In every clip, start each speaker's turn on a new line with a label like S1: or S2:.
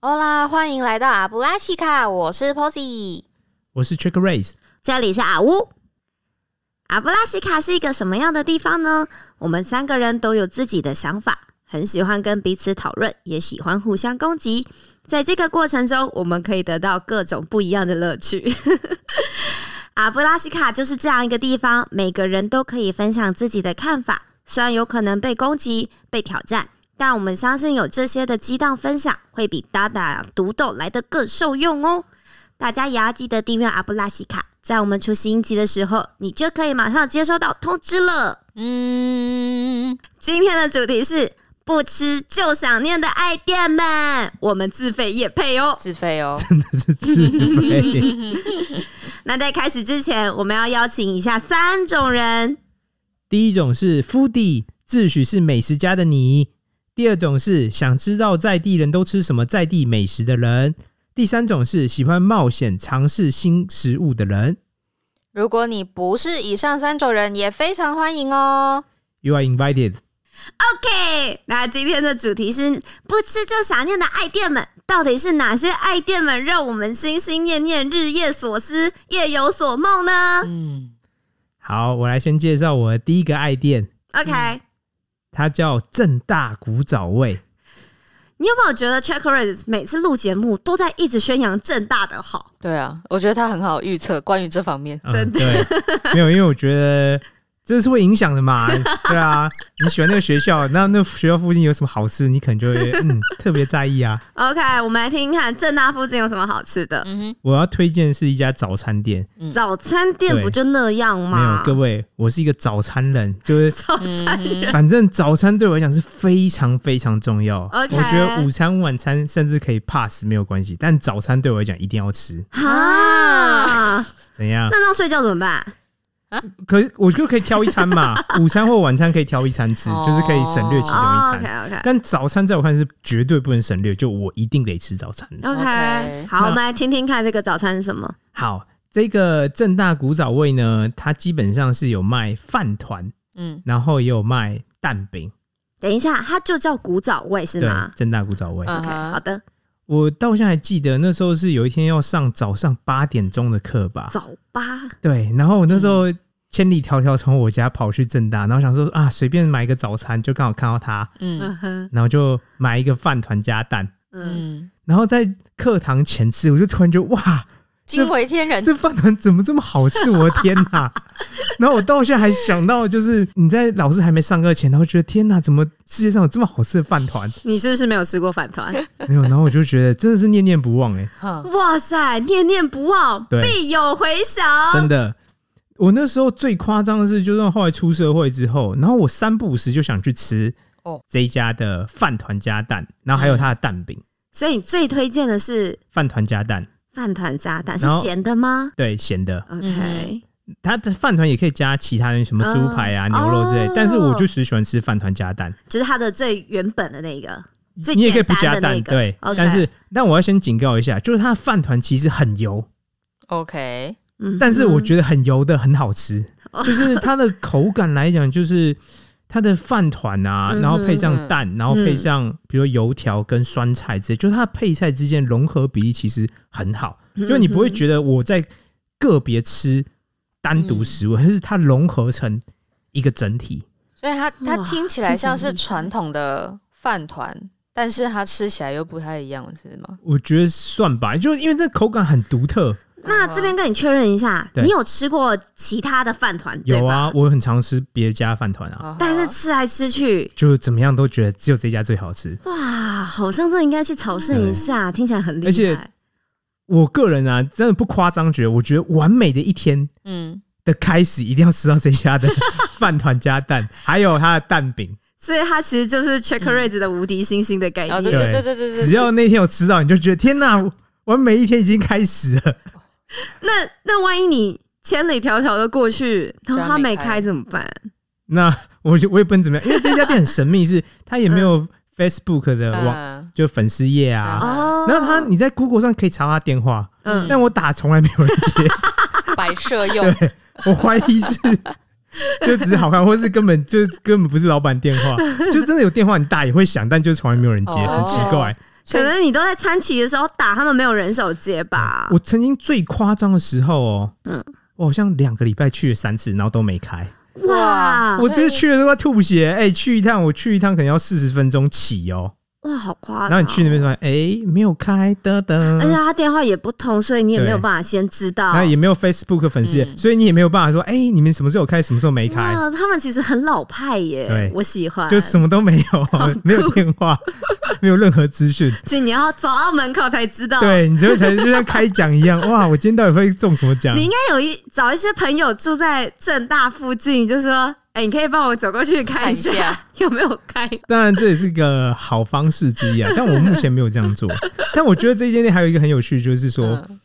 S1: 欧啦，欢迎来到阿布拉西卡，我是 Posy。
S2: 我是 Trick Race，
S3: 这里是阿乌。阿布拉西卡是一个什么样的地方呢？我们三个人都有自己的想法，很喜欢跟彼此讨论，也喜欢互相攻击。在这个过程中，我们可以得到各种不一样的乐趣。 阿布拉西卡就是这样一个地方，每个人都可以分享自己的看法，虽然有可能被攻击、被挑战，但我们相信有这些的激荡分享，会比打打独斗来得更受用哦。大家也要记得订阅阿布拉西卡，在我们出新一集的时候，你就可以马上接收到通知了。
S1: 嗯，
S3: 今天的主题是不吃就想念的爱店们，我们自费也配哦。
S1: 自费哦，
S2: 真的是自费。
S3: 那在开始之前，我们要邀请以下三种人，
S2: 第一种是 foodie，自诩是美食家的你；第二种是想知道在地人都吃什么在地美食的人；第三种是喜欢冒险尝试新食物的人。
S1: 如果你不是以上三种人，也非常欢迎哦。
S2: You are invited。
S3: OK，那今天的主题是不吃就想念的爱店们，到底是哪些爱店们让我们心心念念、日夜所思、夜有所梦呢
S1: 嗯，
S2: 好，我来先介绍我的第一个爱店，
S3: ？OK，、
S2: 它叫正大古早味。
S3: 你有没有觉得 Check Raise 每次录节目都在一直宣扬正大的好？
S1: 对啊，我觉得他很好预测关于这方面。
S2: 嗯、
S3: 真
S2: 的没有，因为我觉得这是会影响的嘛。对啊，你喜欢那个学校，那那学校附近有什么好吃，你可能就会嗯特别在意啊。
S3: OK，我们来听听看正大附近有什么好吃的。
S1: 嗯
S2: 我要推荐是一家早餐店，
S1: 嗯
S3: 早餐店
S2: 对
S3: 不就那样
S2: 没有
S3: 吗？
S2: 各位，我是一个早餐人，就是
S3: 早
S1: 哼，
S3: 餐
S1: 嗯哼
S2: 反正早餐对我来讲是非常非常重要。
S3: OK
S2: 我觉得午餐、晚餐甚至可以 pass 没有关系，但早餐对我来讲一定要吃。
S3: 啊，
S2: 怎样？
S3: 那到睡觉怎么办？
S2: 可我就可以挑一餐 嘛，午餐或晚餐可以挑一餐吃，就是可以省啊略其中一
S3: 哦
S2: 餐。
S3: ，OK OK
S2: 但早餐在我看是绝对不能省略，就我一定得吃早餐
S3: 嗯
S2: 的。
S1: OK
S3: OK，好，
S2: 那
S3: 我们来听听看这个早餐是什么。
S2: 好，这个正大古早味呢，它基本上是有卖饭团，
S1: 嗯，
S2: 然后也有卖蛋饼，
S3: 等一下，它就叫古早味是
S2: 对
S3: 吗，
S2: 正大古早味。
S1: 嗯
S3: ？OK，
S1: 哼
S3: 好的，
S2: 我到现在还记得那时候是有一天要上早上八点钟的课吧，
S3: 早嗯吧。
S2: 对，然后我那时候千里迢迢从我家跑去正大，然后想说啊，随便买一个早餐，就刚好看到它，
S1: 嗯
S3: 嗯哼，
S2: 然后就买一个饭团加蛋，
S3: 嗯，
S1: 嗯，
S2: 然后在课堂前吃，我就突然觉得哇，
S1: 惊为天
S3: 嗯
S1: 人。
S2: 这饭团怎么这么好吃？我的天 哪！然后我到现在还想到，就是你在老师还没上课前，然后觉得天哪，怎么世界上有这么好吃的饭团？
S3: 你是不是没有吃过饭团？
S2: 没有，然后我就觉得真的是念念不忘哎、
S1: 哼
S3: 哇塞，念念不忘，
S2: 对
S3: 必有回响。
S2: 真的。我那时候最夸张的是，就是后来出社会之后，然后我三不五时就想去吃
S1: 哦
S2: 这一家的饭团加蛋，然后还有它的蛋饼，
S3: 所以你最推荐的是
S2: 饭团加蛋，
S3: 饭团炸弹，是
S2: 然后
S3: 咸的吗
S2: 对咸的，
S3: 嗯？OK，
S2: 它的饭团也可以加其他人什么猪排啊、
S3: 嗯
S2: 牛肉之类
S3: 哦，
S2: 但是我就只喜欢吃饭团加蛋。
S3: 就是它的最原本的那一个，最
S2: 你也可以不
S3: 简
S2: 加
S3: 单的
S2: 蛋，
S3: 那个
S2: 对。
S3: OK
S2: 但是，但我要先警告一下，就是它的饭团其实很油，
S1: ，OK，
S3: 嗯
S2: 但是我
S3: 得
S2: 觉得很油的很好吃，
S3: 嗯
S2: 就是它的口感来讲，就是它的饭团啊，
S3: 嗯
S2: 然后配上蛋，然后配上比如油条跟酸菜之类，就是它的配菜之间融合比例其实很好，
S3: 嗯
S2: 就你不会觉得我在个别吃单独食
S3: 嗯
S2: 物，而是它融合成一个整体。
S1: 所以它它
S3: 哇
S1: 听起来像是
S3: 听起来很
S1: 传
S3: 厉害
S1: 统的饭团，但是它吃起来又不太一样，是吗？
S2: 我觉得算吧，就因为那口感很独特。
S3: 那这边跟你确认一下，
S2: 对
S3: 你有吃过其他的饭团对
S2: 有
S3: 吧？
S2: 啊，我很常吃别家饭团啊，
S1: 哦，
S3: 但是
S1: 好
S3: 吃来吃去，
S2: 就怎么样都觉得只有这家最好吃。
S3: 哇，好像真的应该去朝圣一下，听起来很厉害。
S2: 而且我个人啊，真的不夸张，觉得我觉得完美的一天
S1: 嗯，
S2: 的开始一定要吃到这家的饭团加蛋，还有它的蛋饼。
S3: 所以它其实就是 Check Raise 的无敌星星的概
S1: 然后
S3: 念。
S1: 对对对对 对对，
S2: 只要那天有吃到，你就觉得天哪，完美一天已经开始了。
S3: 那那万一你千里迢迢的过去，然后它没开怎么办？
S2: 那我就我也不能怎么样，因为这家店很神秘，是它也没有 Facebook 的网、
S1: 嗯
S2: 就粉丝页啊。
S3: 哦，
S2: 然后它你在 Google 上可以查他电话，
S3: 嗯
S2: 但我打从来没有人接。
S1: 摆设用，
S2: 我怀 疑是就只是好看，或是根本就根本不是老板电话，就真的有电话你打也会响，但就从来没有人接，
S1: 哦
S2: 很奇怪。
S1: 所
S3: 可
S1: 以
S3: 能你都在餐旗的时候打，他们没有人手接吧？
S2: 我曾经最夸张的时候哦，
S3: 嗯
S2: 我好像两个礼拜去了三次，然后都没开。
S3: 哇
S1: 哇啊
S2: 我
S1: 所以
S2: 这去了都快吐血！哎、去一趟，我去一趟可能要四十分钟起哦。
S3: 哇，好
S1: 啊
S3: 夸张！
S2: 然后你去那边，发现，哎、没有开，噔噔，
S1: 哎
S3: 而且他电话也不通，所以你也
S2: 对
S3: 没有办法先知道。
S2: 然后也没有 Facebook 粉丝页，
S1: 嗯
S2: 所以你也没有办法说，哎、你们什么时候有开，什么时候没开，
S3: 哇，他们其实很老派耶
S2: 对，
S3: 我喜欢。
S2: 就什么都没有，没有电话，没有任何资讯。
S3: 所以你要走到门口才知道。
S2: 对你这才就像开奖一 样，哇！我今天到底会中什么奖
S3: 你？应该有一找一些朋友住在正大附近，就说：“哎、你可以帮我走过去看一下
S1: 看一 下
S3: 有没有开。
S2: 当然，这也是一个好方式之 一啊，但我目前没有这样做。但我觉得这间店还有一个很有趣，就是说，
S1: 嗯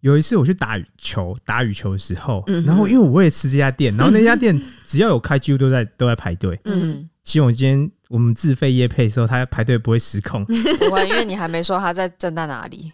S2: 有一次我去打羽球，打羽球的时候，
S3: 嗯哼
S2: 然后因为我也吃这家店，然后那家 店只要有开，几乎都在都在排队。
S1: 嗯，
S2: 希望今天我们自费夜配的时候，他排队不会失控。
S1: 不会，因为嗯你还没说他在正大哪里。”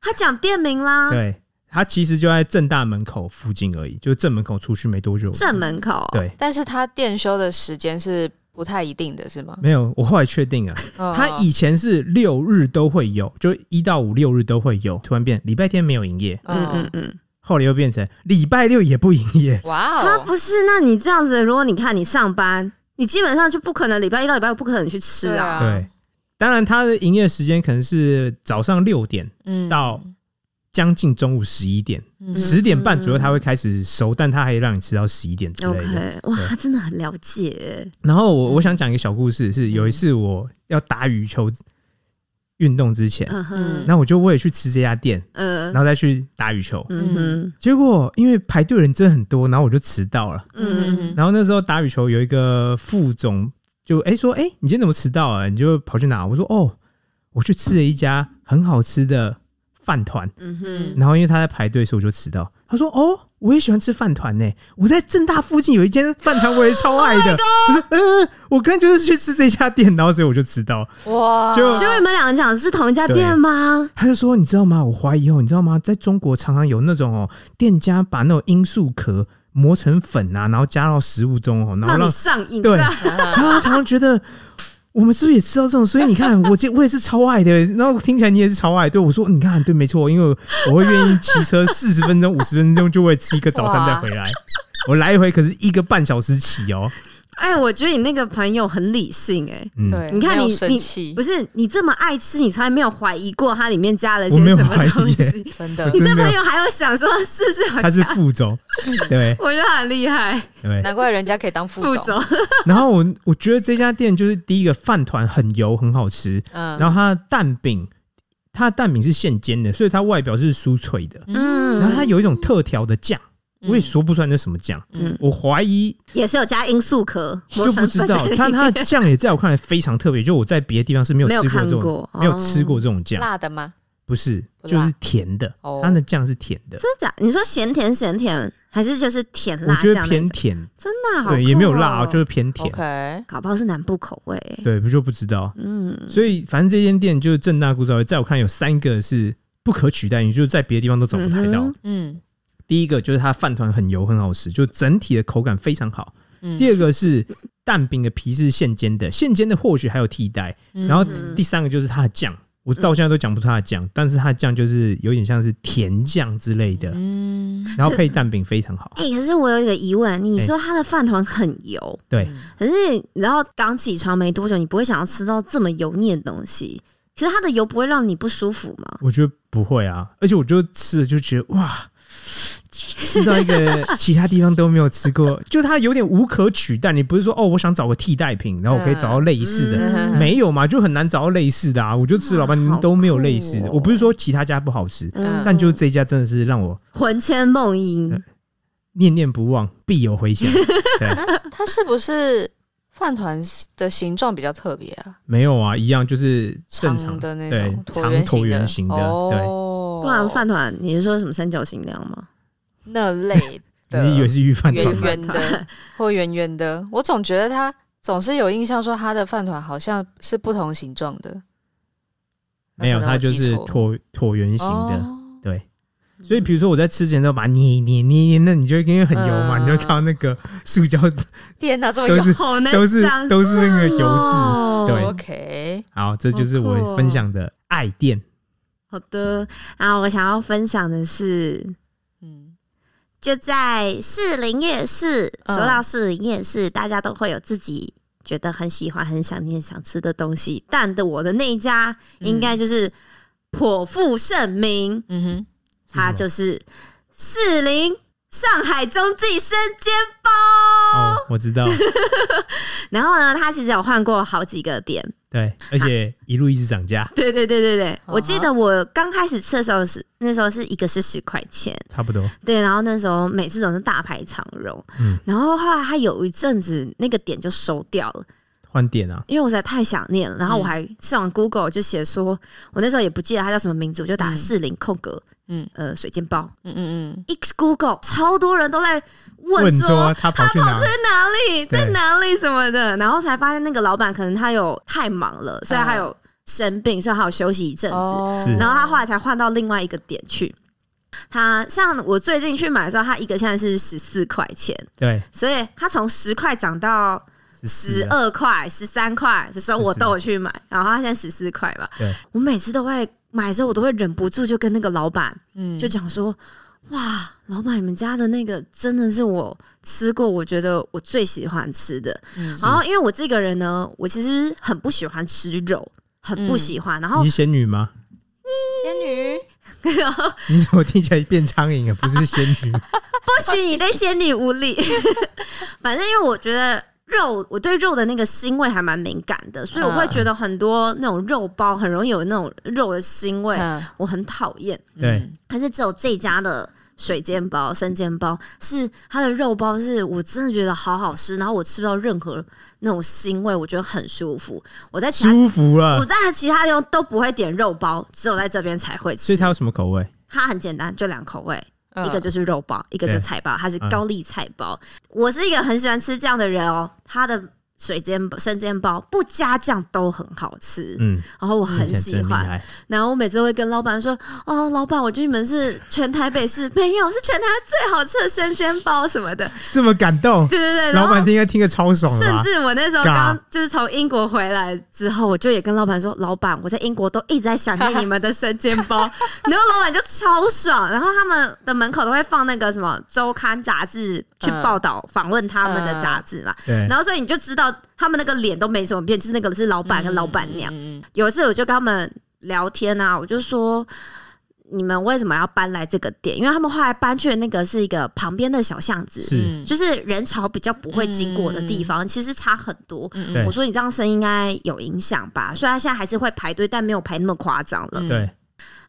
S3: 他讲店名啦，
S2: 对，他其实就在正大门口附近而已，就正门口出去没多久。
S3: 正门口。
S2: 对，
S1: 但是他店休的时间是不太一定的，是吗？
S2: 没有，我后来确定了，
S1: 哦
S2: 他以前是六日都会有，就一到五六日都会有，突然变礼拜天没有营业，
S1: 哦
S3: 嗯嗯嗯，
S2: 后来又变成礼拜六也不营业。
S1: 哇
S3: 他
S1: 哦，
S3: 不是。那你这样子，如果你看你上班，你基本上就不可能礼拜一到礼拜五不可能去吃
S1: 对
S3: 啊。
S1: 啊
S2: 对，当然他的营业时间可能是早上六点
S1: 嗯
S2: 到将近中午十一点，
S1: 嗯
S2: 十、点半左右他会开始熟，但他还让你吃到十一点
S3: 啊
S2: 之类的。
S3: OK，哇，他真的很了解。
S2: 然后我我想讲一个小故事，是
S1: 嗯
S2: 有一次我要打羽球运动之前，
S3: 嗯哼，
S2: 那我就我也去吃这家店，
S3: 嗯
S2: 然后再去打羽球。
S3: 嗯哼，
S2: 结果因为排队人真的很多，然后我就迟到了。
S3: 嗯
S1: 嗯
S2: 然后那时候打羽球有一个副总就哎、说哎、你今天怎么迟到啊？你就跑去哪？我说哦我去吃了一家很好吃的饭团，
S3: 嗯哼，
S2: 然后因为他在排队，所以我就迟到。他说哦我也喜欢吃饭团呢，我在正大附近有一间饭团我也超 爱
S3: Oh
S2: 的。我说嗯、呃我刚才就是去吃这家店，然后所以我就迟到。
S1: 哇，
S2: 就
S3: 所以你们两个讲哦的是同一家店吗？
S2: 他就说你知道吗？我怀疑哦，你知道吗？在中国常常有那种哦店家把那种罂粟壳磨成粉啊，然后加到食物中哦，然后
S3: 让
S2: 让
S3: 你上瘾，啊
S2: 对，
S3: 吧
S2: 然后他常常觉得我们是不是也吃到这种？所以你看，我这我也是超爱的。然后听起来你也是超爱，对我说，你看对，没错，因为我会愿意骑 车四十分钟、五十分钟就会吃一个早餐再回来。我来一回可是一个半小时起哦，
S3: 哎，我觉得你那个朋友很理性，哎，
S2: 嗯，
S1: 对，
S3: 你看
S1: 没有
S3: 你
S1: 生
S3: 你
S1: 气
S3: 不，是你这么爱吃，你从来没有怀疑过它里面加了些
S2: 我没有
S3: 什么
S2: 怀疑
S3: 东西。
S1: 真的
S3: 你
S2: 真
S3: 这
S2: 没有
S3: 朋友还有想说是不是有
S2: 他是
S3: 加？
S2: 副 总，对
S3: 我觉得他很厉害，
S2: 对。
S1: 难怪人家可以当副
S3: 副
S1: 总，
S3: 总。
S2: 然后我我觉得这家店就是第一个饭团很油，很好吃，
S1: 嗯，
S2: 然后它的蛋饼，它的蛋饼是现煎的，所以它外表是酥脆的，
S3: 嗯
S2: 然后它有一种特调的酱，我也
S1: 嗯
S2: 说不出来那什么酱，
S3: 嗯
S2: 我怀疑
S3: 也是有加罂粟壳，
S2: 就不知 道，它它的酱也在我看来非常特别，就我在别的地方是没有
S3: 没有
S2: 吃过这
S3: 看
S2: 种，
S3: 过，
S2: 没有吃过
S3: 哦，
S2: 这种酱，
S1: 辣的吗？
S2: 不是，
S1: 不
S2: 就
S1: 辣
S2: 是甜的，
S1: 哦
S2: 它的酱是甜的，
S3: 真的假？你说咸甜咸甜，还是就是甜
S2: 我
S3: 辣
S2: 觉得
S3: 酱那种？
S2: 偏甜，
S3: 真的好
S2: 对，也没有
S3: 酷哦
S2: 辣，啊就是偏甜，
S1: OK，
S3: 搞不好是南部口味。
S2: 对，不就不知道，
S3: 嗯，
S2: 所以反正这间店就是正大古早味，在我看有三个是不可取代，你就在别的地方都找不太到。
S3: 嗯
S1: 嗯
S2: 第一个就是它饭团很油，很好吃，就整体的口感非常好。
S1: 嗯，
S2: 第二个是蛋饼的皮是现煎的，现煎的或许还有替代。然后
S1: 嗯
S2: 第三个就是它的酱，我到现在都讲不出它的酱，但是它的酱就是有点像是甜酱之类的，
S1: 嗯，
S2: 然后配蛋饼非常好。
S3: 哎、可是我有一个疑问，你
S2: 哎
S3: 说它的饭团很油，
S2: 对，
S3: 可是然后刚起床没多久，你不会想要吃到这么油腻的东西。其实它的油不会让你不舒服吗？
S2: 我觉得不会啊，而且我就吃了就觉得哇。吃到一个其他地方都没有吃过，就它有点无可取代。你不是说哦，我想找个替代品，然后我可以找到类似的，
S1: 嗯
S2: 没有嘛，就很难找到类似的啊。我就吃了老半
S3: 哇好
S2: 天都没有类似的。
S3: 酷哦
S2: 我不是说其他家不好吃，
S1: 嗯
S2: 但就这家真的是让我
S3: 魂牵梦萦
S2: 嗯，念念不忘，必有回响。
S1: 它是不是饭团的形状比较特别啊？
S2: 没有啊，一样就是正常
S1: 长的那
S2: 对
S1: 种，
S2: 长
S1: 圆
S2: 椭
S1: 形
S2: 圆
S1: 的，
S2: 形的，对。
S1: 哦，
S3: 不然饭团，你是说什么三角形那样吗？
S1: 那类的
S2: 你以为是预饭团
S1: 圆
S2: 吗？
S1: 圆的或圆圆的，我总觉得它总是有印象说它的饭团好像是不同形状的，那
S2: 没有，
S1: 可能我
S2: 它就
S1: 记
S2: 是
S1: 错
S2: 椭椭圆形的，
S1: 哦
S2: 对。所以，比如说我在吃之前都把它捏一捏、捏一捏，那你就会因为很油嘛，
S1: 嗯
S2: 你就会看到那个塑胶
S1: 天哪，这么
S2: 都
S1: 有哦
S2: 是
S3: 好难哦
S2: 都是
S3: 想
S2: 都是那个油
S3: 象
S2: 脂。
S3: 哦
S2: 对
S1: OK，
S2: 好，这就是我分享的爱店，
S3: 好的，然后我想要分享的是，
S1: 嗯，
S3: 就在士林夜市。
S1: 嗯
S3: 说到士林夜市，大家都会有自己觉得很喜欢、很想念、想吃的东西。但的我的那一家，应该就是颇负盛名，
S1: 嗯哼，
S2: 是什
S3: 它
S2: 么
S3: 就是士林上海中继生煎包。
S2: 哦，我知道，
S3: 然后呢，它其实有换过好几个店。
S2: 对，而且一路一直涨价，
S3: 对对对对对，
S1: 哼
S3: 我记得我刚开始吃的时候是那时候是一个是十块钱，
S2: 差不多，
S3: 对，然后那时候每次总是大排长龙，
S2: 嗯
S3: 然后后来它有一阵子那个点就收掉了，
S2: 换店啊，
S3: 因为我实在太想念了，然后我
S1: 嗯
S3: 还上网 Google 就写说，我那时候也不记得它叫什么名字，我就打
S1: 嗯
S3: 士林空格
S1: 嗯
S3: 呃水煎包，
S1: 嗯嗯
S3: 一 Google 超多人都在问
S2: 问
S3: 说
S2: 说他跑
S3: 他
S2: 去
S3: 跑
S2: 哪
S3: 去？哪里，
S2: 对
S3: 在哪里什么的，然后才发现那个老板可能他有太忙了，所以他
S1: 哦
S3: 有生病，所以他有休息一阵
S1: 嗯，
S3: 子，
S1: 哦
S2: 是
S3: 然后他后来才换到另外一个点去。他像我最近去买的时候，他一个现在是十四块钱，
S2: 对，
S3: 所以他从十块涨到十
S2: 14啊，
S3: 二块、十三块的时候，我
S2: 14
S3: 都有去买，然后他现在十四块吧。
S1: 嗯
S2: 对，
S3: 我每次都会买的时候，我都会忍不住就跟那个老板
S1: 嗯
S3: 就讲说：“哇，老板，你们家的那个真的是我吃过，我觉得我最喜欢吃的。
S1: 嗯”
S3: 然后因为我这个人呢，我其实很不喜欢吃肉，很不
S1: 嗯
S3: 喜欢。然后
S2: 你是仙女吗？
S1: 仙女，
S2: 你怎么听起来变苍蝇了？不是仙女，
S3: 不许你对仙女无礼。 反正因为我觉得肉，我对肉的那个腥味还蛮敏感的，所以我会
S2: 嗯
S3: 觉得很多那种肉包很容易有那种肉的腥味，
S1: 嗯
S3: 我很讨厌。
S2: 对，
S3: 但是只有这家的水煎包、生煎包是它的肉包，是我真的觉得好好吃，然后我吃不到任何那种腥味，我觉得很舒服。我在其他
S2: 舒服啊
S3: 我
S2: 了。
S3: 在其他地方都不会点肉包，只有在这边才会
S2: 所
S3: 吃
S2: 以。它有什么口味？
S3: 它很简单，就两口味，
S1: 嗯
S3: 一个就是肉包，一个就是菜包，它是
S2: 嗯
S3: 高丽菜包。我是一个很喜欢吃这样的人哦，它的水煎包、生煎包不加酱都很好吃，
S2: 嗯，
S3: 然后我
S2: 听
S3: 很
S2: 起来
S3: 喜
S2: 真的厉
S3: 欢。
S2: 害。
S3: 然后我每次会跟老板说：“哦，老板，我觉得你们是全台北市没有，是全台湾最好吃的生煎包什么的。
S2: 这么感”动，
S3: 对对对，然
S2: 老
S3: 后
S2: 板听应该听个超爽
S1: 嗯啊
S2: 了
S3: 甚
S2: 吧？
S3: 至我那时候
S2: 尬
S3: 刚就是从英国回来之后，我就也跟老板说：“老板，我在英国都一直在想念你们的生煎 包。”然后老板就超爽，然后他们的门口都会放那个什么周刊杂志去
S1: 嗯
S3: 报道访问他们的
S1: 嗯
S3: 杂志嘛。
S2: 对
S3: 然，后所以你就知道他们那个脸都没什么变，就是那个是老板跟老板娘。
S1: 嗯嗯
S3: 有一次我就跟他们聊天啊，我就说你们为什么要搬来这个店？因为他们后来搬去的那个是一个旁边的小巷子，
S2: 是
S1: 嗯
S3: 就是人潮比较不会经过的地方，其实差很多。
S1: 嗯
S2: 对
S1: 嗯
S3: 我说你这样生意应该有影响吧？虽然现在还是会排队，但没有排那么夸张了。
S1: 嗯
S2: 对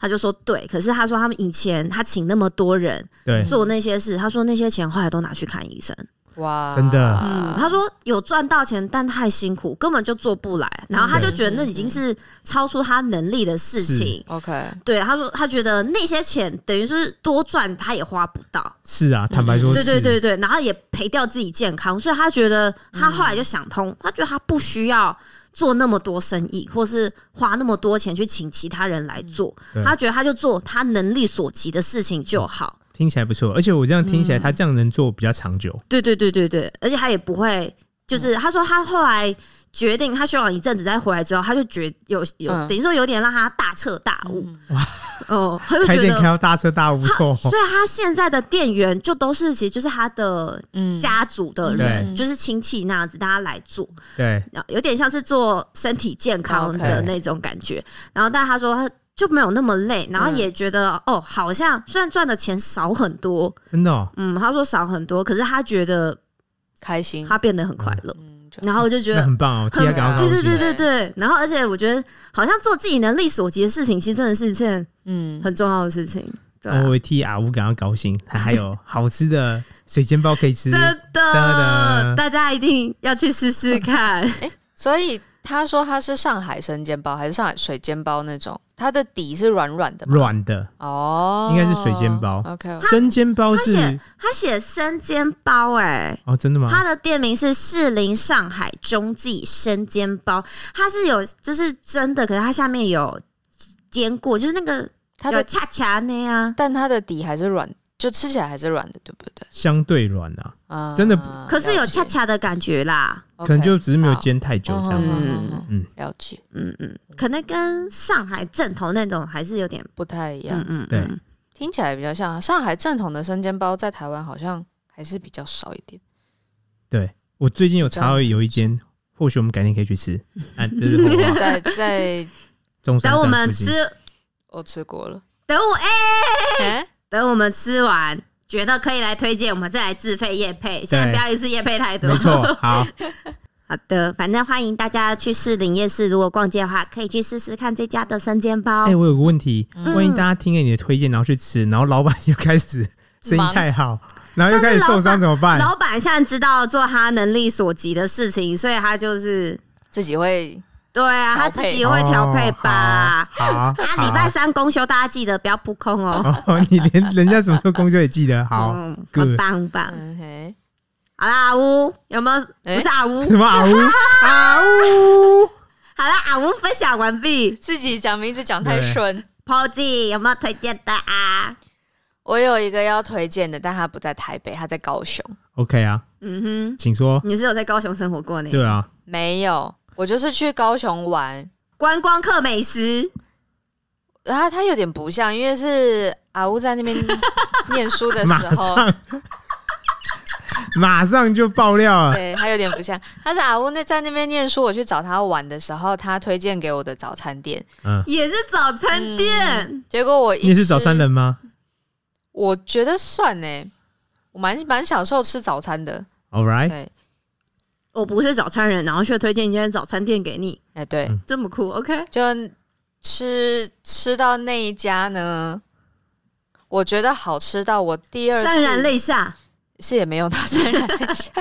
S3: 他就说对，可是他说他们以前他请那么多人
S2: 对，
S3: 做那些事，他说那些钱后来都拿去看医生。
S1: 哇，
S2: 真的
S1: 啊
S3: 嗯，他说有赚到钱，但太辛苦，根本就做不来。然后他就觉得那已经是超出他能力的事情。
S1: OK，
S3: 对，他说他觉得那些钱等于是多赚，他也花不到。
S2: 是啊，坦白说，
S3: 嗯对对
S2: 是
S3: 对对，然后也赔掉自己健康，所以他觉得
S2: 嗯
S3: 他后来就想通，他觉得他不需要做那么多生意，或是花那么多钱去请其他人来做。
S2: 嗯对
S3: 他觉得他就做他能力所及的事情就好。
S2: 听起来不错，而且我这样听
S3: 嗯
S2: 起来，他这样能做比较长久。
S3: 对对对对对，而且他也不会，就是
S2: 嗯
S3: 他说他后来决定，他休养一阵子再回来之后，他就觉有有、
S1: 嗯
S3: 等于说有点让他大彻大悟，
S1: 嗯
S3: 哦、他就
S2: 开
S3: 觉
S2: 店开
S3: 得。
S2: 到大车大不 错，
S3: 所以他现在的店员就都是，其实就是他的
S1: 嗯
S3: 家族的人，
S1: 对
S3: 就是亲戚那样子，大家来做，
S2: 对，
S3: 然后有点像是做身体健康
S1: 哦 OK
S3: 的那种感觉。然后，但他说他就没有那么累，然后
S1: 嗯
S3: 也觉得、哦，好像虽然赚的钱少很多，
S2: 真的哦，
S3: 嗯，他说少很多，可是他觉得
S1: 开心，
S3: 他变得很快乐。
S1: 嗯，就
S3: 然后我就觉
S2: 那
S3: 得
S2: 很棒哦，替他感到高
S3: 对对
S2: 兴。
S3: 对对对，然后而且我觉得好像做自己能力所及的事情，其实真的是一件
S1: 嗯
S3: 很重要的事情，对、
S2: 然
S3: 啊
S2: 哦后，我也替阿乌感到高 兴，他还有好吃的水煎包可以吃
S3: 真。的
S2: 哒，
S3: 大家一定要去试试看。
S1: 所以他说他是上海生煎包还是上海水煎包那种，它的底是软软的吗，
S2: 软的
S1: 哦，
S2: 应该是水煎包
S1: OK，
S2: 生煎包
S3: 他写
S2: 是
S3: 他写生煎包、哎。
S2: 哦，真的吗？
S3: 它的店名是士林上海中记生煎包，它是有就是真的，可是它下面有煎过，就是那个
S1: 它
S3: 有
S1: 的
S3: 恰恰那样、
S1: 但它的底还是软，就吃起来还是软的，对不对？
S2: 相对软啊，
S1: 啊
S2: 真的
S3: 可是有
S1: 了解
S3: 恰恰的感觉啦。
S2: 可能就
S1: OK，
S2: 只是没有
S1: 好
S2: 煎太久这样
S1: 嗯
S2: 吧。
S3: 哦
S1: 嗯嗯
S2: 嗯
S1: 嗯，了解，
S3: 嗯嗯，可能跟上海正头那种还是有点，
S1: 不太一样
S3: 嗯，嗯，
S2: 对
S3: 嗯
S1: 听起来比较像啊上海正统的生煎包，在台湾好像还是比较少一点。
S2: 我最近有查到有一间，或许我们改天可以去吃。啊，这 是红花
S1: 在在
S2: 中山
S3: 等我
S2: 站
S3: 们
S2: 附近
S3: 吃，
S1: 我吃过 了，
S3: 等我哎、
S1: 哎、
S3: 等我们吃完，觉得可以来推荐，我们再来自费夜配。现在不要一次夜配太多，
S2: 没错，好，
S3: 好的，反正欢迎大家去士林夜市，如果逛街的话，可以去试试看这家的生煎包。
S2: 哎、我有个问题，
S1: 嗯
S2: 万一大家听了你的推荐，然后去吃，然后老板又开始生意
S1: 忙
S2: 太好，然后又开始受伤，怎么办？
S3: 老板现在知道做他能力所及的事情，所以他就是
S1: 自己会
S3: 对啊，他
S1: 调配
S3: 自己会调配吧。
S2: 哦好，啊
S3: 啊，礼拜三公休，大家记得不要扑空哦。
S2: 哦，你连 人家什么时候工作也记得好，
S3: 嗯，很
S2: good
S3: 棒很棒。
S1: 嗯嘿，
S3: 好啦，阿乌有没有？
S1: 哎
S3: 不是阿乌，
S2: 什么啊呜啊呜，
S3: 好啦，阿乌分享完毕。
S1: 自己讲名字讲太
S2: 对
S1: 顺。
S3: Posy 有没有推荐的啊？
S1: 我有一个要推荐的，但他不在台北，他在高雄。
S2: ，OK 啊，
S3: 嗯
S2: 请说
S3: 哼，，你是有在高雄生活过呢？
S2: 对啊，
S1: 没有，我就是去高雄玩，
S3: 观光客美食，
S1: 他他有点不像，因为是阿乌在那 边念书的
S2: 马
S1: 时候，
S2: 上 马上就爆料了，
S1: 对他有点不像。他是阿乌那在那边念书，我去找他玩的时候，他推荐给我的早餐店，
S2: 嗯，
S3: 也是早餐店。
S1: 结果我一
S2: 你也是早餐
S1: 吃，
S2: 人吗
S1: 我觉得算呢、欸我蛮蛮享受吃早餐的。
S2: ？All right，
S1: 对，
S3: 我不是早餐人，然后却推荐一间早餐店给你，
S1: 哎、对，
S2: 嗯
S3: 这么酷，OK？
S1: 就吃吃到那一家呢，我觉得好吃到我第二次
S3: 潸然泪下，
S1: 是也没有到潸然 泪下。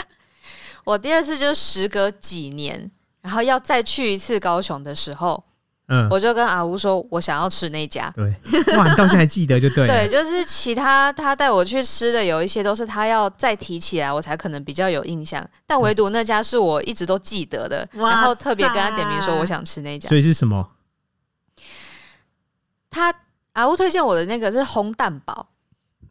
S1: 我第二次就时隔几年，然后要再去一次高雄的时候，
S2: 嗯，
S1: 我就跟阿吴说，我想要吃那家。
S2: 对，哇，你到现在还记得就对
S1: 对，
S2: 了，
S1: 就是其他他带我去吃的有一些都是他要再提起来，我才可能比较有印象。但唯独那家是我一直都记得的，
S3: 哇
S1: 然后特别跟他点名
S3: 塞
S1: 说我想吃那家
S2: 所。以是什么？
S1: 他阿吴推荐我的那个是烘蛋堡，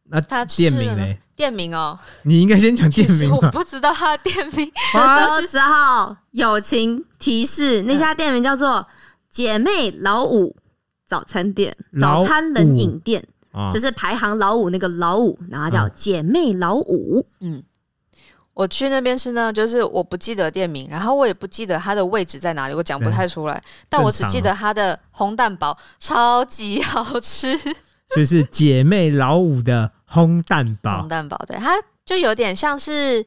S2: 那
S1: 他吃
S2: 啊店名啊
S1: 了
S2: 嘞？
S1: 店名哦，
S2: 你应该先讲店
S1: 其实
S2: 名
S1: 我
S2: 吧。
S1: 不知道他的店 名，
S2: 啊
S3: 这时候只好友情提示，那
S2: 嗯
S3: 家店名叫做“姐妹老五早餐店”，
S2: 老五
S3: 早餐冷饮店，
S2: 啊
S3: 就是排行老五那个老五，然后叫
S2: 嗯
S3: 姐妹老五。
S1: 嗯，我去那边吃呢，就是我不记得店名，然后我也不记得它的位置在哪里，我讲不
S2: 对
S1: 太出来，但我只
S2: 正常啊
S1: 记得它的红蛋堡超级好 吃，
S2: 就是姐妹老五的烘蛋
S1: 红
S2: 堡，
S1: 蛋堡对，它就有点像是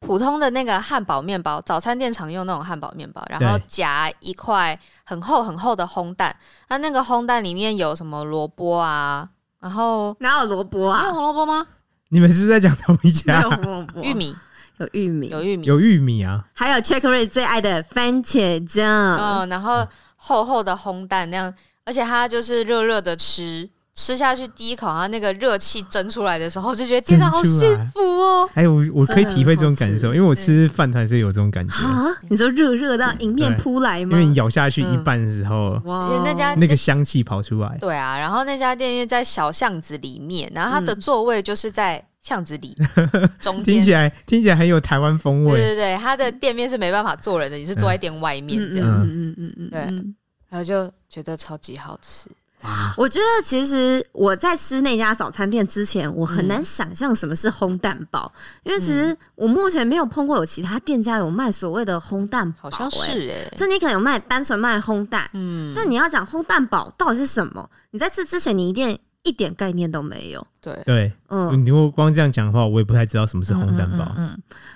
S1: 普通的那个汉堡面包，早餐店常用那种汉堡面包，然后
S2: 对
S1: 夹一块很厚很厚的烘蛋，啊那那个烘蛋里面有什么萝卜啊，然后
S3: 哪有萝卜
S1: 你有
S3: 啊？
S1: 红萝卜吗？
S2: 你们是不是在讲同一
S3: 没
S2: 家
S3: 有？萝卜，
S1: 玉米
S3: 有玉米，
S1: 有玉米，
S2: 有玉米啊，
S3: 还有 c h e c k r y 最爱的番茄酱。
S1: 嗯，然后厚厚的烘蛋那样，而且它就是热热的吃，吃下去第一口，然后那个热气蒸出来的时候，就觉得天哪，好
S2: 蒸出来
S1: 幸福哦！
S2: 哎，我我可以
S3: 真的很
S2: 体会这种
S3: 好吃
S2: 感受，因为我吃饭团是有这种感觉，
S3: 啊，你说热热到迎面
S2: 嗯对
S3: 扑来
S2: 因
S3: 吗？
S2: 为你咬下去一
S1: 嗯
S2: 半的时候，
S3: 哇
S1: 而且那家
S2: 那个香气跑出来，
S1: 对啊，然后那家店因为在小巷子里面，然后它的
S3: 嗯
S1: 座位就是在巷子里中
S2: 听
S1: 间
S2: 起。来听起来很有台湾风
S1: 对
S2: 味。
S1: 对对，它的店面是没办法坐人的，你是坐在店外面
S3: 嗯
S1: 这样，
S3: 嗯嗯嗯嗯，
S1: 对
S3: 嗯
S1: 然后就觉得超级好吃。
S3: 我觉得其实我在吃那家早餐店之前，我很
S1: 嗯
S3: 难想象什么是烘蛋包，因为其实我目前没有碰过有其他店家有卖所谓的烘蛋
S1: 好
S3: 堡、
S1: 像
S3: 欸，
S1: 是哎、
S3: 就你可能有卖单纯卖烘蛋，
S1: 嗯，
S3: 但你要讲烘蛋堡到底是什么，你在吃之前你一定一点概念都没有。
S1: 对，
S2: 对，
S3: 嗯，
S2: 你如果光这样讲的话，我也不太知道什么是烘蛋堡。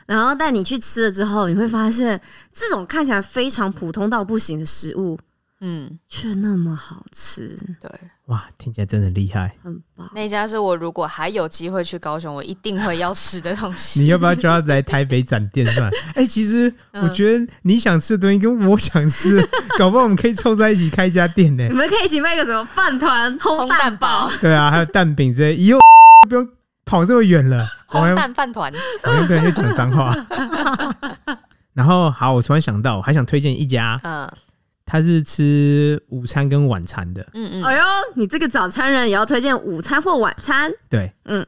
S3: 然后但你去吃了之后，你会发现这种看起来非常普通到不行的食物，
S1: 嗯，
S3: 却那么好吃，
S1: 对，
S2: 哇，听起来真的厉害！
S3: 很棒。
S1: 那家是我如果还有机会去高雄，我一定会要吃的东西。
S2: 你要不要叫他来台北展店算？哎、其实我觉得你想吃的东西跟我想吃的，搞不好我们可以凑在一起开一家店呢、
S3: 你们可以一起卖个什么饭团、烘
S1: 嗯烘蛋堡
S3: 堡、
S2: 对啊，还有蛋饼之类，以后不用跑这么远了。好
S1: 红
S2: 像
S1: 蛋饭团，
S2: 好像突然就讲脏话。然后好，我突然想到，我还想推荐一家，
S1: 嗯
S2: 他是吃午餐跟晚餐的。
S1: 嗯
S3: 哎
S1: 嗯，
S3: 呦，你这个早餐人也要推荐午餐或晚餐？
S2: 对，
S3: 嗯，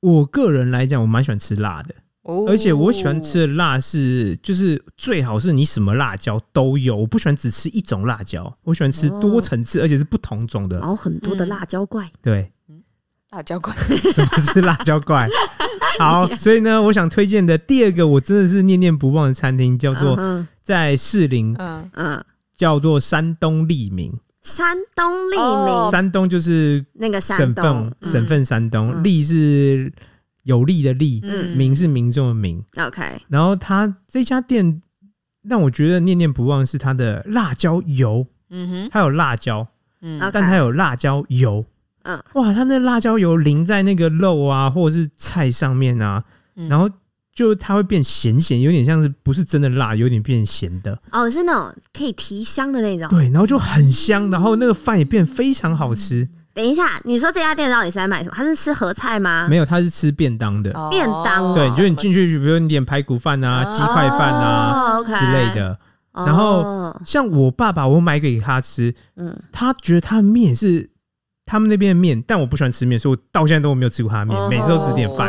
S2: 我个人来讲，我蛮喜欢吃辣的，
S1: 哦
S2: 而且我喜欢吃的辣是，就是最好是你什么辣椒都有，我不喜欢只吃一种辣椒，我喜欢吃多层次，而且是不同种的
S3: 然。后很多的
S1: 嗯
S3: 辣椒怪，
S2: 对，
S1: 辣椒怪，
S2: 什么是辣椒 怪？好，
S3: 啊
S2: 所以呢，我想推荐的第二个我真的是念念不忘的餐厅，叫做
S3: 嗯
S2: 在士林，
S1: 嗯，
S3: 哼嗯，
S2: 叫做山东利民。
S3: 山东利
S1: 哦
S3: 民
S2: 山东就是
S3: 那个
S2: 省
S3: 山东
S2: 份，省份山东，
S3: 嗯
S2: 利是有利的利，
S1: 嗯
S2: 民是民众的民。
S3: ，OK，
S2: 然后他这家店让我觉得念念不忘是它的辣椒油，
S1: 嗯哼，
S2: 它有辣椒，
S1: 嗯
S3: OK
S2: 但它有辣椒油。
S3: 嗯，
S2: 哇，它那辣椒油淋在那个肉啊，或者是菜上面啊，
S1: 嗯
S2: 然后就它会变咸咸，有点像是不是真的辣，有点变咸的。
S3: 哦，是那种可以提香的那种。
S2: 对，然后就很香，然后那个饭也变非常好吃。
S3: 等一下，你说这家店到底是在卖什么？它是吃合菜吗？
S2: 没有，它是吃便当的，
S1: 哦
S3: 便当
S2: 对，就是你
S1: 什么
S2: 进去，比如你点排骨饭啊、鸡块饭啊
S3: 哦，OK
S2: 之类的。
S3: 哦
S2: 然后像我爸爸，我买给他吃，
S3: 嗯，
S2: 他觉得他的面是他们那边的面，但我不喜欢吃面，所以我到现在都没有吃过他的面，
S3: 哦
S2: 每次都只点饭。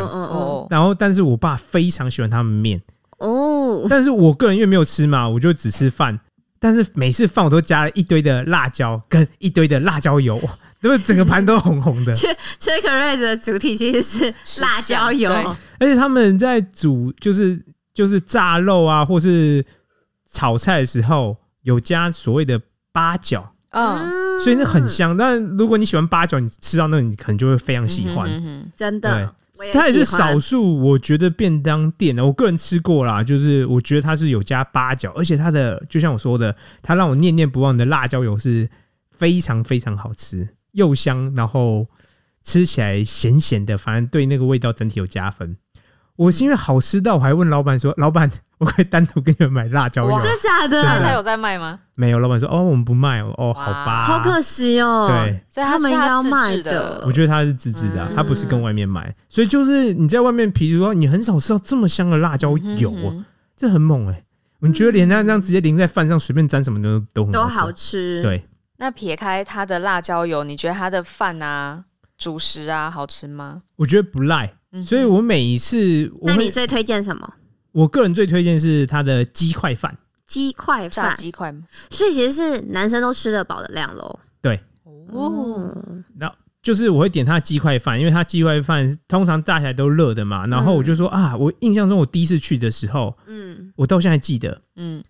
S1: 哦，
S3: 哦
S2: 然后，但是我爸非常喜欢他们面，
S3: 哦，
S2: 但是我个人因为没有吃嘛，我就只吃饭。但是每次饭我都加了一堆的辣椒跟一堆的辣椒油， 哇那个整个盘都红红的。
S3: c h i c k r a d 的主题其实是
S1: 是
S3: 辣椒油，
S1: 酱
S2: 而且他们在煮就是就是炸肉啊，或是炒菜的时候有加所谓的八角，
S1: 嗯，
S2: 所以那很香。但如果你喜欢八角，你吃到那你可能就会非常喜欢。
S1: 嗯哼
S3: 真的，我
S2: 它也是
S3: 哎喜欢
S2: 少数，我觉得便当店呢，我个人吃过啦，就是我觉得它是有加八角，而且它的就像我说的，它让我念念不忘的辣椒油是非常非常好吃，又香，然后吃起来咸咸的，反正对那个味道整体有加分。我是因为好吃到我还问老板
S3: 嗯
S2: 说：“老板，我可以单独给你们买辣椒油
S1: 哇
S3: 真的假
S2: 真
S1: 那
S2: 的
S1: 他
S3: 的？
S1: 有在卖吗？
S2: 没有？”老板说：“哦，我们不卖哦。”哦，
S1: 哇
S2: 好吧，
S3: 好可惜哦。
S2: 对，
S1: 所以他
S3: 他们
S1: 是
S3: 应该要
S1: 自
S3: 卖
S1: 制
S3: 的
S2: 我觉得它是自制的啊、
S1: 嗯
S2: 它不是跟外面买，所以就是你在外面，比如说你很少吃到这么香的辣椒油、啊，
S1: 嗯哼
S2: 这很猛哎、你觉得连它这样直接淋在饭上，随便沾什么都都很
S3: 都
S2: 好
S3: 好
S2: 吃。
S3: 吃。，
S2: 嗯对，
S1: 那撇开它的辣椒油，你觉得它的饭啊、主食啊好吃吗？
S2: 我觉得不赖，
S1: 嗯哼
S2: 所以我每一次我
S3: 那你
S2: 每
S3: 最推荐什么？
S2: 我个人最推荐是它的鸡块饭，
S3: 鸡块
S1: 炸
S3: 饭，
S1: 鸡块吗？
S3: 所以其实是男生都吃得饱的量喽。
S1: 哦，
S3: 嗯
S2: 就是我会点它的鸡块饭，因为它鸡块饭通常炸起来都热的嘛，然后我就说、啊，我印象中我第一次去的时候，
S3: 嗯，
S2: 我到现在记得
S1: 嗯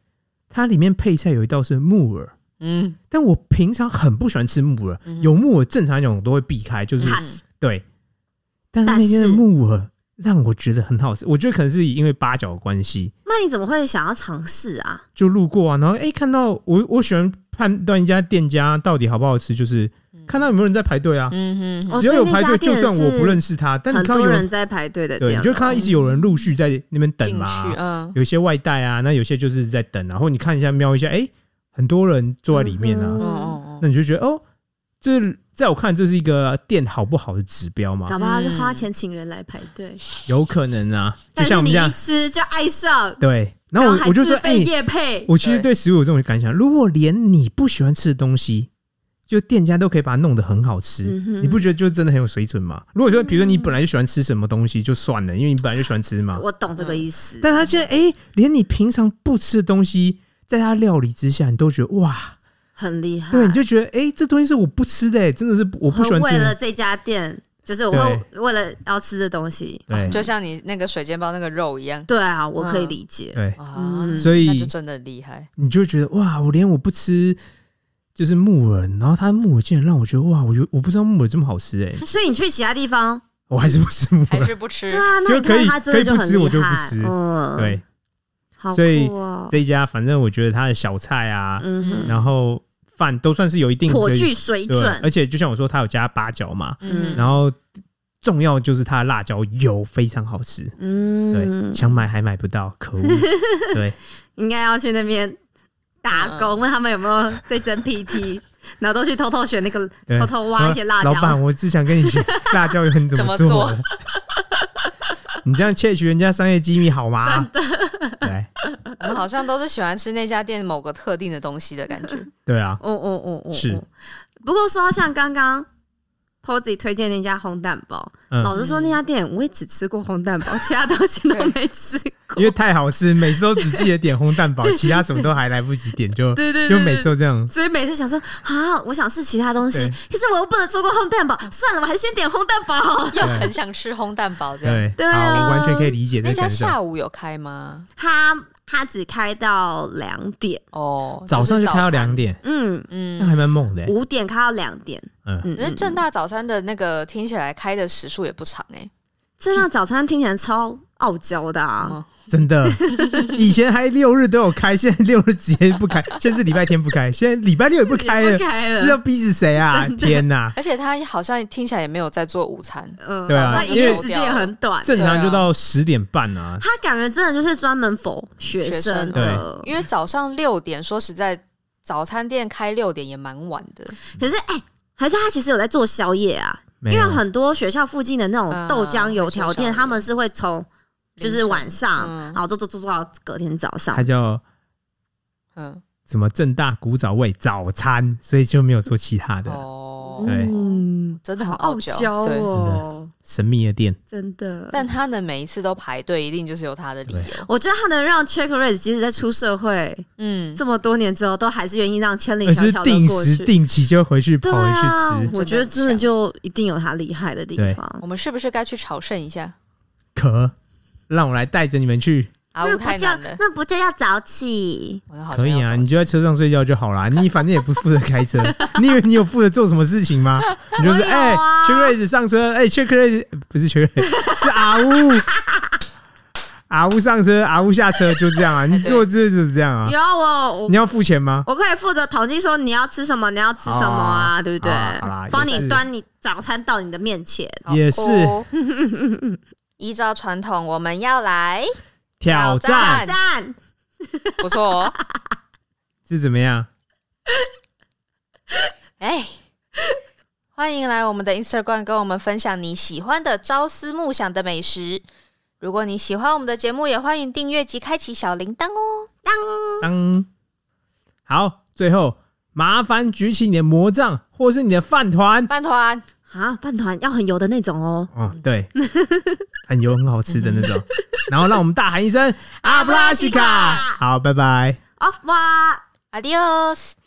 S2: 它里面配菜有一道是木耳。
S1: 嗯
S2: 但我平常很不喜欢吃木耳，
S1: 嗯
S2: 有木耳正常那种我都会避开，就是
S1: 嗯
S3: pass
S2: 对。但是
S3: 但
S2: 那天的
S3: 是
S2: 木耳让我觉得很好吃，我觉得可能是因为八角的关系，
S3: 那你怎么会想要尝试啊？
S2: 就路过啊，然后哎、诶看到我我喜欢判断一家店家到底好不好吃，就是看到有没有人在排队啊。
S1: 嗯哼，
S3: 嗯哦
S2: 只要有排
S3: 所以那家
S2: 队，就
S3: 店
S2: 算我
S3: 是
S2: 不认识他，但你
S3: 很
S2: 看到
S3: 多
S2: 有
S3: 人在排队的哦
S2: 对，
S3: 店哦
S2: 你就看到一直有人陆续在那边等
S1: 进
S2: 嘛。
S1: 去，嗯
S2: 有些外带啊，那有些就是在等，然后你看一下瞄一下，哎、很多人坐在里面啊。
S3: 嗯
S1: 嗯嗯
S2: 那
S1: 嗯，
S2: 你就觉得哦，这在我看这是一个店好不好的指标嘛？
S3: 搞不好是花钱请人来排队，
S2: 有可能啊，嗯就
S3: 但
S2: 像
S3: 是
S2: 我们这
S3: 你一
S2: 样，
S3: 吃就爱上，
S2: 对。然后
S3: 还
S2: 我我就说，
S3: 自
S2: 哎、
S3: 费夜配，
S2: 我其实对食物有这种感想，如果连你不喜欢吃的东西，就店家都可以把它弄得很好吃。
S3: 嗯哼
S2: 你不觉得就真的很有水准吗？如果说，比如说你本来就喜欢吃什么东西，就算了，因为你本来就喜欢吃嘛。
S3: 我懂这个意思。
S2: 但他现在，哎、连你平常不吃的东西，在他料理之下，你都觉得哇，
S3: 很厉害。
S2: 对，你就觉得，哎、这东西是我不吃的、哎真的是我不喜欢
S3: 会
S2: 吃
S3: 啊为了
S2: 的。
S3: 这家店，就是我会为了要吃这东西。
S2: 对
S1: 就像你那个水煎包那个肉一样
S3: 对啊，我可以理解。
S2: 对，
S1: 啊，
S3: 嗯
S2: 所以
S1: 那就真的厉害。
S2: 你就会觉得哇，我连我不吃就是木耳，然后它木耳竟然让我觉得哇，我觉得我不知道木耳这么好吃哎、
S3: 所以你去其他地方，
S2: 我还是不吃木
S1: 还
S2: 耳。
S1: 是不吃
S3: 对，啊，那
S2: 就
S3: 你看
S2: 可以
S3: 他真的就很
S2: 可以不吃我
S3: 厉
S2: 就不
S3: 害
S2: 吃。
S3: 嗯，
S2: 对，
S3: 好
S2: 所以
S3: 酷哦。
S2: 这一家反正我觉得它的小菜啊，
S3: 嗯
S2: 然后饭都算是有一定
S3: 哼，
S2: 的
S3: 颇具水
S2: 对，而
S3: 准。
S2: 且就像我说，它有加八角嘛，
S1: 嗯，
S2: 然后重要就是它的辣椒油非常好吃，对，
S3: 嗯，
S2: 想买还买不到，可恶。对，
S3: 应该要去那边打工，问他们有没有在争 PT，然后都去偷偷学那个，
S2: 对
S3: 偷偷挖一些辣椒。哦
S2: 老板，我只想跟你学辣椒油，你怎 么
S1: 怎么
S2: 做？ 你这样窃取人家商业机密好吗？ 对
S1: 我们好像都是喜欢吃那家店某个特 定的东西的感觉。
S2: 对啊，
S3: 哦哦哦哦，
S2: 是
S3: 哦。不过说到像刚刚 Posy 推荐那家烘蛋包，
S2: 嗯
S3: 老实说，那家店我也只吃过烘 蛋包，其他东西都没吃过
S2: 因为。太好吃，每次都只记得点烘 蛋堡，其他什么都还来不及点，就
S3: 对对对
S2: 就
S3: 对
S2: 每次都这样。
S3: 所以每次想说啊，我想吃其他东西
S2: 对，嗯
S3: 可是我又不能错过烘蛋堡，算了，我还是先点烘蛋堡 好了。
S1: 又很想吃烘蛋堡这样。
S2: 对，
S3: 对啊
S2: 好，我完全可以理解
S1: 那
S2: 这个
S1: 家
S2: 感受。
S1: 下午有开吗？
S3: 它它只开到两点，
S1: 哦，
S2: 早上
S1: 是
S2: 就开到
S1: 早餐
S2: 两，点，
S3: 嗯，
S1: 嗯。
S2: 那还蛮猛的欸。
S3: 五点开到两点，
S2: 嗯，
S3: 嗯，
S1: 可是
S3: 嗯
S1: 正大早餐的那个听起来开的时数也不长哎、
S3: 这让早餐听起来超傲娇的啊，
S1: 嗯
S2: 真的，以前还六日都有开，现在六日直接不开，现在是礼拜天不开，现在礼拜六也不开
S3: 也
S2: 了
S3: 不，开
S2: 这要
S3: 了，
S2: 逼死谁啊？天哪！
S1: 而且他好像听起来也没有在做午餐，
S3: 嗯，
S2: 对啊
S3: 它营
S2: 因
S3: 业
S2: 为
S3: 时间也很短，
S2: 正常就到十点半啊，
S3: 他感觉真的就是专门否学
S1: 学
S3: 生
S1: 生
S3: 的。
S1: 因为早上六点，说实在，早餐店开六点也蛮晚的。
S3: 可是哎、还是他其实有在做宵夜啊，
S2: 没
S3: 因为
S2: 有
S3: 很多学校附近的那种
S1: 嗯
S3: 豆浆油条
S1: 会做宵
S3: 店，
S1: 夜
S3: 他们是会从就是晚上，
S1: 嗯
S3: 然后做做做做到隔天早上
S2: 它。叫
S1: 嗯，
S2: 什么正大古早味早餐，所以就没有做其他的
S1: 哦，
S2: 对
S3: 嗯，
S1: 真的
S3: 好
S1: 很
S3: 傲
S1: 娇，
S3: 娇
S1: 对。
S3: 哦，
S2: 神秘的店。
S3: 真的。
S1: 但他能每一次都排队，一定就是有他的理由。
S3: 我觉得他能让 Check Raise 即使在出社会
S1: 嗯，
S3: 这么多年之后，都还是愿意让千里
S2: 而
S3: 迢
S2: 是
S3: 迢
S2: 定
S3: 的过
S2: 时
S3: 去。
S2: 定期就回去跑
S3: 对
S2: 回去
S3: 啊
S2: 吃，，
S3: 我觉得真的就一定有他厉害的地
S2: 对
S3: 方
S1: 我。们是不是该去朝圣一下？
S3: 啊
S2: 可让我来带着你们去，
S1: 啊，
S3: 那
S1: 呜
S3: 不
S1: 太
S3: 就
S1: 难了，
S3: 那不就要早起？
S1: 我好像
S2: 可以
S1: 要
S2: 啊，
S1: 早
S2: 你就在车上睡觉就好啦。你反正也不负责开 车，你以为你有负责做什么事情吗？你就是
S3: 我有
S2: 哎
S3: 啊
S2: c h e c k r a 上车，哎 c h e c k r a 不是 c h e c k r a 是阿乌，阿乌上车，阿乌下车，就这样啊，你做这就是这样啊。
S3: 有啊我我
S2: 你要付钱吗？
S3: 我可以负责统计说你要吃什么，你要吃什么啊，
S2: 哦
S3: 对不对
S2: 好啦好啦？
S3: 帮
S2: 也是
S3: 你端你早餐到你的面前。
S1: 好
S2: 也是
S1: 哦依照传统，我们要来，挑
S2: 挑
S1: 战
S2: 战
S3: 赞，
S1: 不错哦。
S2: 是怎么样？
S1: 哎，欢迎来我们的 Instagram 跟我们分享你喜欢的朝思暮想的美食。如果你喜欢我们的节目，也欢迎订阅及开启小铃铛哦。
S2: 当好，最后麻烦举起你的魔杖或是你的饭团。
S1: 饭团，
S3: 啊，饭团要很油的那种哦。
S2: 哦，对， 很油很好吃的那 种。然后让我们大喊一声“阿布拉西卡”！好，拜拜。
S3: Off 吧。
S1: Adios。